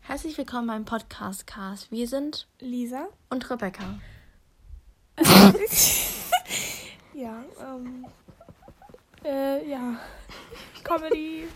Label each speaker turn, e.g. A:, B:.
A: Herzlich willkommen beim Podcast Cast. Wir sind
B: Lisa?
A: und Rebecca.
B: Ja, ähm. Äh, ja. Comedy.